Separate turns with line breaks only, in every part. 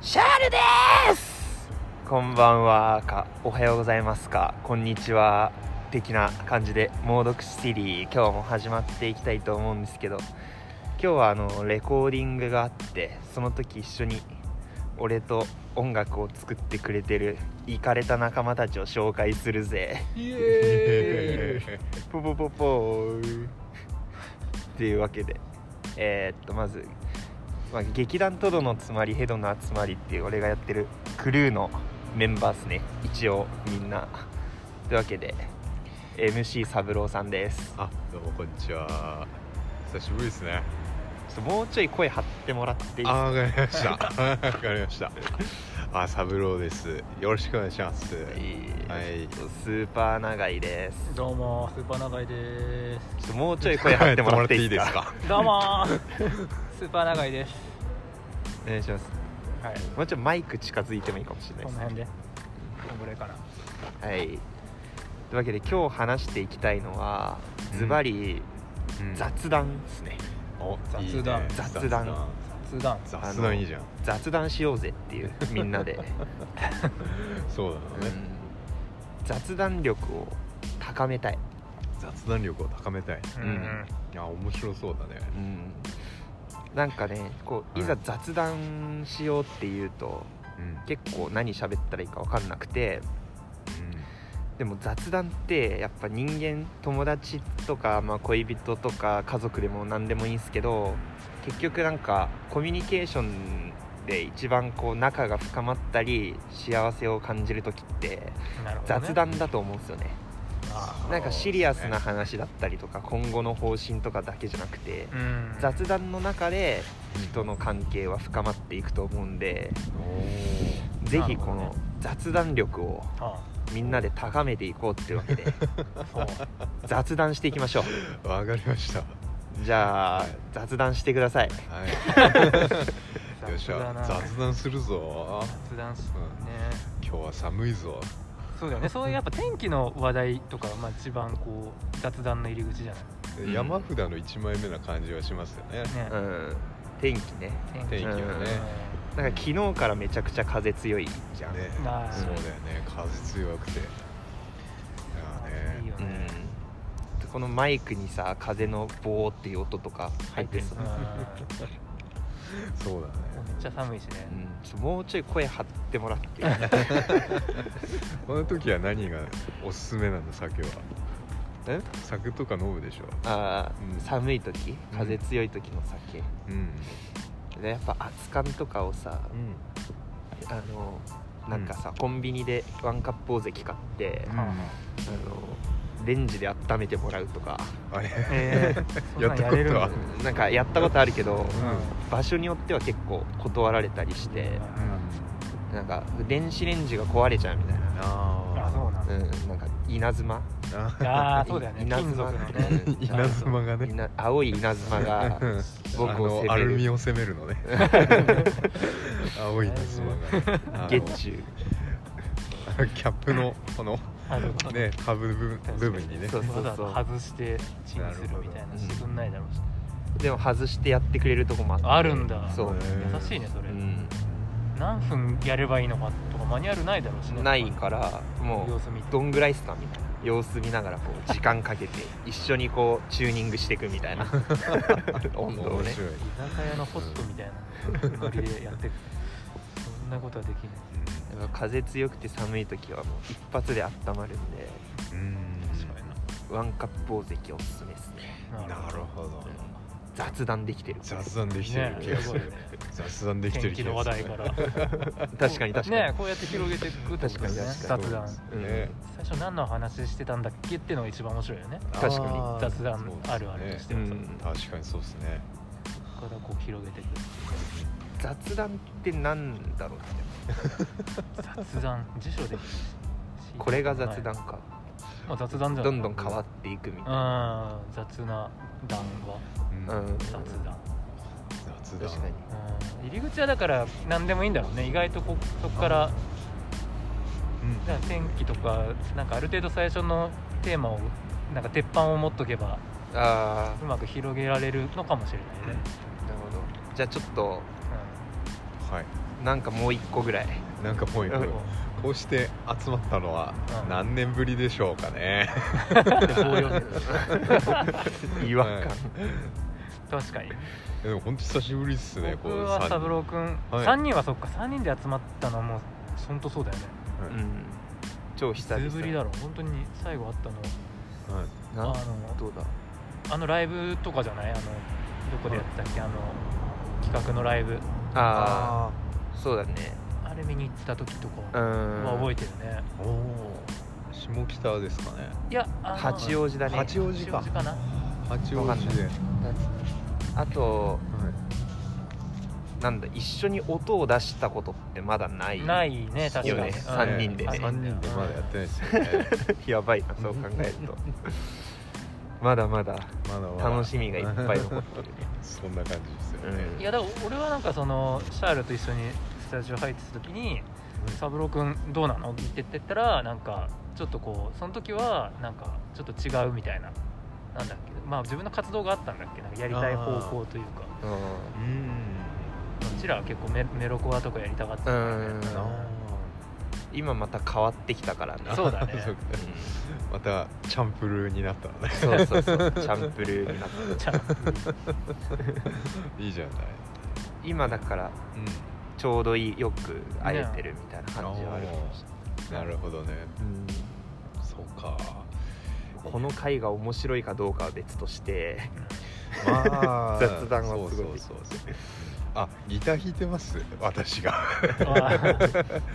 シャールでーす
こんばんはかおはようございますかこんにちは的な感じで「猛毒シティリー」今日も始まっていきたいと思うんですけど今日はあのレコーディングがあってその時一緒に俺と音楽を作ってくれてるイカれた仲間たちを紹介するぜ
イエーイ
ポポポポーっていうわけでえーっとまず、まあ、劇団トドのつまりヘドの集まりっていう俺がやってるクルーのメンバーっすね一応みんなというわけで MC 三郎さんです
あどうもこんにちは久しぶりですね
ちょっともうちょい声張ってもらっていいです
あ
か
わかりましたわかりましたあ三郎ですよろしくお願いします
はいスーパー長井です
どうもスーパー長井でー
ちょっともうちょい声張ってもらってい いですか
やっ
すどうもー スーパー長井です
お願いします
はい
もうちょいマイク近づいてもいいかもしれないで
この
す
辺でこんぐらいかな
はいというわけで今日話していきたいのはズバリ
ていいですか、
雑談ですね、
うんお
談
いいね
雑談
雑談
雑
あ
談雑
の
談いいじゃん
雑談しようぜって いうみんなで、
そうだ
う
ね、
ん雑談力を高めたい、
雑談力を高めた
ん
いいや面白そうだね
うんなんかねこういざ
うん
雑談しようっていうと、
うん
結構何喋ったらいいか分かんなくてでも雑談ってやっぱ人間友達とか、まあ、恋人とか家族でも何でもいいんですけど結局なんかコミュニケーションで一番こう仲が深まったり幸せを感じる時って
なるほどね
雑談だと思うんですよね
あ
なんかシリアスな話だったりとか今後の方針とかだけじゃなくて
ーうん
雑談の中で
うん
人の関係は深まっていくと思うんで
おー
ぜひこ
なる
の
ほ
雑談力を
あ
みんなで高めていこうってわけで
ーそう
雑談していきましょう
わかりました
じゃあ
はい
雑談してください
はい よっ
雑
し
だ
ゃ
な
雑談するぞ
雑談しね
うん今日は寒いぞ
そうだよねそういうやっぱ天気の話題とかがまあ一番こう雑談の入り口じゃない
うん
山札の1枚目な感じはしますよね
ね
うん天気ね
天気はね
なんか昨日からめちゃくちゃ風強いじゃん、
ね
あー
そうだよね風強くていや
いい
ね
よ
うん
ね
でこのマイクにさ風のボーっていう音とか入ってさ、
うん
そうだね
めっちゃ寒いしね
うんちょもうちょい声張ってもら っていい
この時は何がおすすめなんだ酒は
え
酒とか飲むでしょ
あー、
うん
寒い時風強い時の酒、
うん
でやっぱ熱燗とかをさ
うん
あのなんかさ、コンビニでワンカップ大関買って、あのレンジで温めてもらうとか、
あれ
えー
やったことは
そんなんやれるんだ
うんなんかやったことあるけど、
う
場所によっては結構断られたりしてなんか電子レンジが壊れちゃうみたいな、
あそうなんだ
うん、なんか稲妻
ああそうだよね
稲
金
妻
属のね
うん
稲妻がね
稲青い稲妻 が
うん
僕を攻め
あ
る
のアルミを攻めるのね青い稲妻がね
月中
あの キャップのこの
あの
ね株部分部分にね
そう
わざわざ外してチンするみたい
なるほ
な
ど
してくんないだろうし
でも外してやってくれるとこもあって
あるんだ
そう、
優しいねそれ
うん、
何分やればいいのかとかマニュアルないだろうしね
ないからも
様
う
子見て
どんぐらいっすかみたいな様子見ながらこ う時間かけて一緒にこうチューニングしていくみたいな 温度を
面
ね
白い
居酒屋のホストみたいなノリでやってくそんなことはできない
やっぱ風強くて寒い時はもう一発で温まるんで
うん
ワンカップ大関おすすめですね
なるほど
雑談できてる
雑談できてる気がする
ね
雑談できて
天
る
気
気
の話
がす
題
る
から
確かに確かに、
ねこうやって広げていくってことだよね
確か
雑談
うん
ね
最初何の話してたんだっけってのが一番面白いよね
確かに
あー
雑談
そうですね
あるあるとして
う
はさ、
ん
確かにそうですね
ここからこう広げていく
雑談ってなんだろうって
雑談辞書で
これが雑談
はい
か
まあ、雑談じゃ
どんど
ん
ん変わっていくみたい
うん雑
な
な談話
う
う
んん
雑談
雑談
確かに
うん入り口はだから何でもいいんだろうね意外とこそこから
うん
なんか天気とかなんかある程度最初のテーマをなんか鉄板を持っとけば
あ
うまく広げられるのかもしれないね、
あなるほどじゃあちょっと
う
はい
なんかもう一個ぐらい
なんかもう
うん
こうして集まったのは
うん
何年ぶりでしょうかね
違和感、
確かに
でも本当久しぶりですねこ
僕
う
は
三人
三郎君、
はい
3人はそっか3人で集まったのはもう本当そうだよね
う
うんん、超久々
数ぶりだろ本当に最後あったの
はい
あ
な
の
どうだ
あのライブとかじゃないあのどこでやったっけあの企画のライブ
ああそうだね
あれ見に行った時とか
う
は
ん、
覚えてるね
おお下北ですかね
いやあの
八王子だね
八王子か
かな
八王子で、はい、
あとなんだ一緒に音を出したことってまだない
ないね確
いい
か
よ
に、
ね
うん
三人でね
三
三人でまだやってないですよね
やばいなそう考えると まだまだ
まだまだ
楽しみがいっぱい残ってるね
そんな感じですよね、
いやだから俺はなんかそのシャールと一緒にスタジオ入ってた時に「三郎君どうなの?」って言ってったらなんかちょっとこうその時はなんかちょっと違うみたいななんだっけまあ自分の活動があったんだっけなんかやりたい方向というか
う
うん
うちらは結構メメロコアとかやりたかったか
ん、う
ら
ん
ね、
今また変わってきたからね
あー
そうだ ね
かまたチャンプルーになったのね
そうそうそうチャンプルーになって
じゃあ
いいじゃない、
今だから
う
ちょうどいいよく会えてるみたいな感じはあるかもしれない
ん、なるほどねそうか
うんこの回が面白いかどうかは別として
ま あ
雑談はすごい
そうそうそうそうあギター弾いてます私が、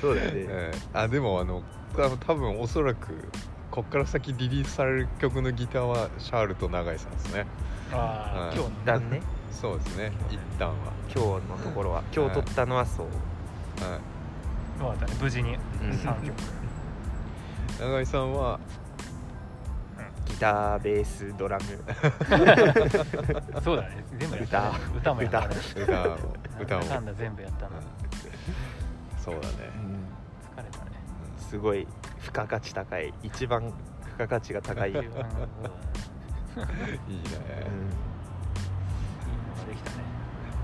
そうだよね
ええあでもあのあの多分おそらくこっから先リリースされる曲のギターはシャールと永井さんですね
あー今日
一
の
旦ね
そうですね一旦は、
今日のところは今日撮ったのはそう、
はい
まあだね無事に
うん
3曲、
永井さんは
ギターベースドラム
そうだね全部やった、ね、歌もやったね
歌を 歌を
なんだかんだ全部やったな
うんそうだね、
疲れたね
すごい付加価値高い一番付加価値が 高い、うん
いいのが
うんいいね、
できたね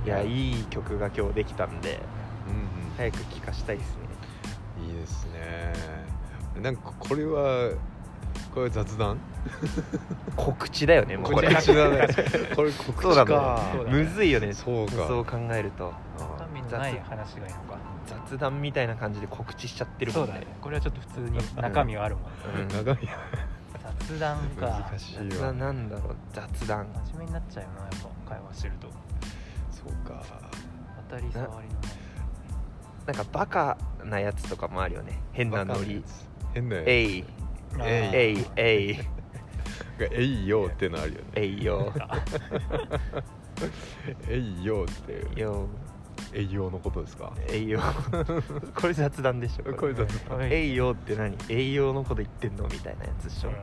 いやいい曲が今日できたんで
うん
早く聴かしたいですね
うん、いいですねなんかこれはこれは雑談
告知だよねもうこれ
告知だね これ告
そう
知
だ
か
そうだね
むずいよね
そうか
そう考えると
あ
民のない話がいいのか
雑談みたいな感じで告知しちゃってるもんね
これはちょっと普通に中身はあるもんね
うん
長い
雑談か
難しい
雑
わ
談なんだろう雑談
真面目になっちゃうよなやっぱ会話してると
そうか
当たり障りのない
なんかバカなやつとかもあるよね変なノリ
変なやつ
えい
あー
えいえい
がえいよってのあるよね
えいよ
えいよって
よ
えいよのことですか
栄養 これ雑談でしょ
これ雑談
うん
栄養って何栄養のこと言ってんのみたいなやつでしょ、
な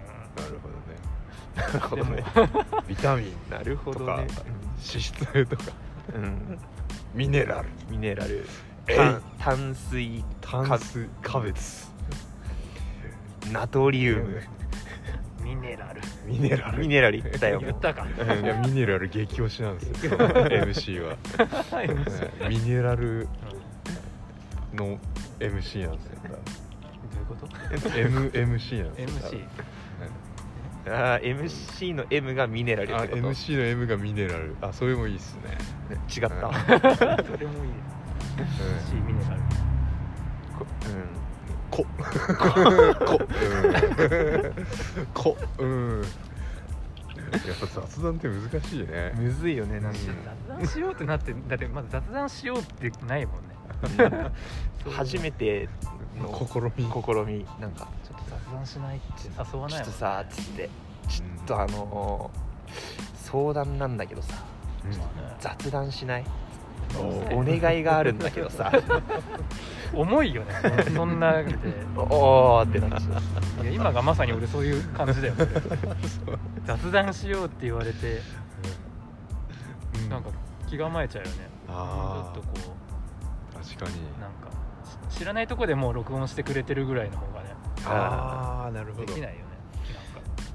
な
るほ
るほ
で
ど
も
ね
ど ねビタミン
なるほどね
脂質と か
うん、うん
ミネラル
ミネラル
えい
炭炭水
炭水化物
ナトリウム
ミネラル
ミネラル
ミネラルいったよもう
言った か
いやミネラル激推しなんですよその MC はうんミネラル
どうい
の MC なんですよ
うこと
MMC なんですよ
MC
あー MC の M がミネラル
あ
ってこと
MC の M がミネラルあそれもいいっすね
違った、
うん
それもいい C ミネラル
こう
こここうんやっぱ雑談って難しいね
んむずいよねなんか
雑談しようってなってだってまず雑談しようってないもんね そう
初めての
試み
試みなんか
ちょっと雑談しないって誘わ
ち
な
ょっ
いも
と
ん
さつってちょっとあのー相談なんだけどさ雑談しない
うんお
お願いがあるんだけどさ
重いよねそそんなで
おおってなっちゃう
いや今がまさに俺そういう感じだよね雑談しようって言われて
うん
なんか気構えちゃうよね
あ
ちょっ
ー
とこ
確かに
うなんかし知らないとこでもう録音してくれてるぐらいの方がね
ああなるほ
で
ど確
きないよね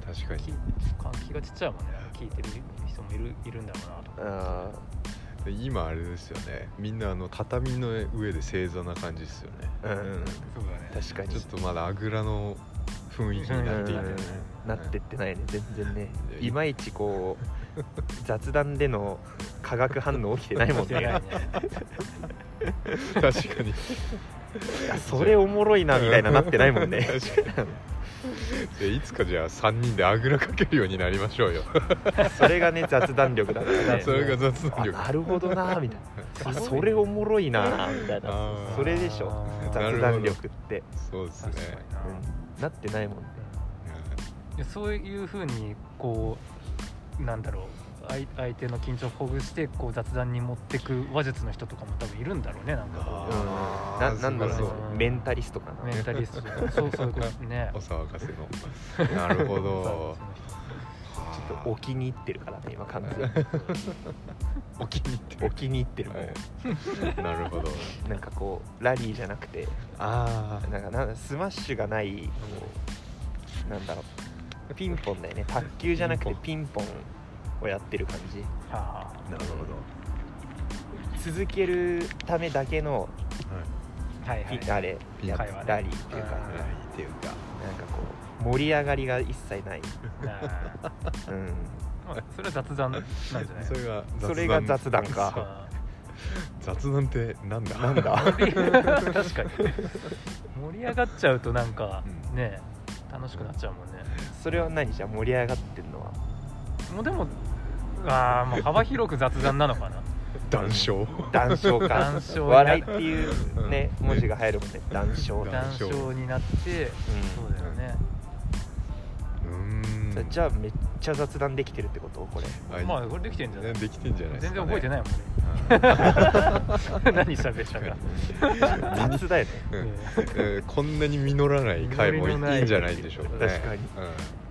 なんか
かに
気気がちっちゃいもんね聞いてる人もいるいるんだろうなとか
うん
で今あれですよねみんなあの畳の上で正座な感じですよね
うん
そうだね
確かに
ちょっとまだあぐらの雰囲気になっていてね
なってってないね全然ね
いや
いまいちこう雑談での化学反応起きてないもん
間違いな
ね
いね
確かに
いやそれおもろいなみたいななってないもんね
確かにでいつかじゃあ3人であぐらかけるようになりましょうよ
それがね雑談力だからね
それが雑
あ
談力
なるほどなみたいなあ
すごい
それおもろいなみたいな
あー
それでしょ
あー
な
雑
るほど
談力って、
そうですね
確かにな
うん、なってないもんね
いやそういうふうにこうなんだろう相相手の緊張をほぐしてこう雑談に持ってく話術の人とかも多分いるんだろうねなんかこ
うん
う
あー
ななんだろうね
そうそう
メンタリストかな
メンタリストとかそうそういうことね
お騒がせ のなるほど
ちょっとお気に入ってるからね今完全に
お気に入って
お
る
気に入ってるもう、
はいなるほど
なんかこうラリーじゃなくて
あ
なんかなんスマッシュがないこうなんだろうピンポンだよね卓球じゃなくてピンポンをやってる感じ
は
あなるほど
続けるためだけの
あはいは
ピ
い
ンあれ
ピン
やつ
会話ね
ラリーっていうか
うん
はいっていうか
なんかこう盛り上がりが一切ない、
あ
うん、
ーまあそれは雑談なんじゃない
それが雑談
それが雑談か
あ
雑談ってなんだ
なんだ
ー 確かに盛り上がっちゃうとなんか
うん
ね楽しくなっちゃうもんね
それは何じゃあ盛り上がってんのは
もうでもあーもう幅広く雑談なのかな
談 笑
談笑か
談笑
笑いっていうね
うん
文字が入るもんね談笑
談笑になってそうだよね、
うーん
じゃあめっちゃ雑談できてるってことこれ
あ
まあこれできてんじゃない
ねできてんじゃない
全然覚えてないいもんね何喋ったか、
雑だよね
えーこんなに実らない回もいい
実りのない
いんじゃないでしょうかね
確かに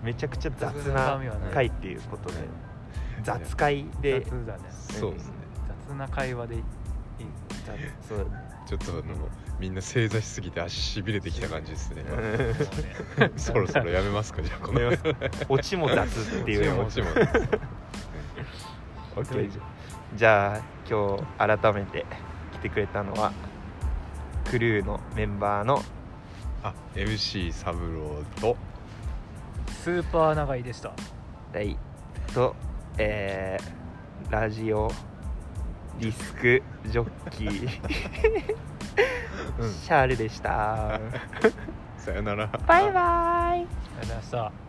めちゃくちゃ雑な回っていうことで雑会
雑
で
だね
うんそうですね
雑な会話でいい
雑そう
ちょっとあのみんな正座しすぎて足しびれてきた感じですね
う
も
ん
うね
そろそろやめますかじゃあこの
やめ オチ も雑っていう
オ
よ
も
チ
ち
も
ろん
オッケーじゃあ今日改めて来てくれたのはクルーのメンバーの
あ MC サブローと
スーパー長いでした
ライと、えーラジオディスクジョッキー、
うん
シャールでした
さよなら
バイバイ
ありがとうございました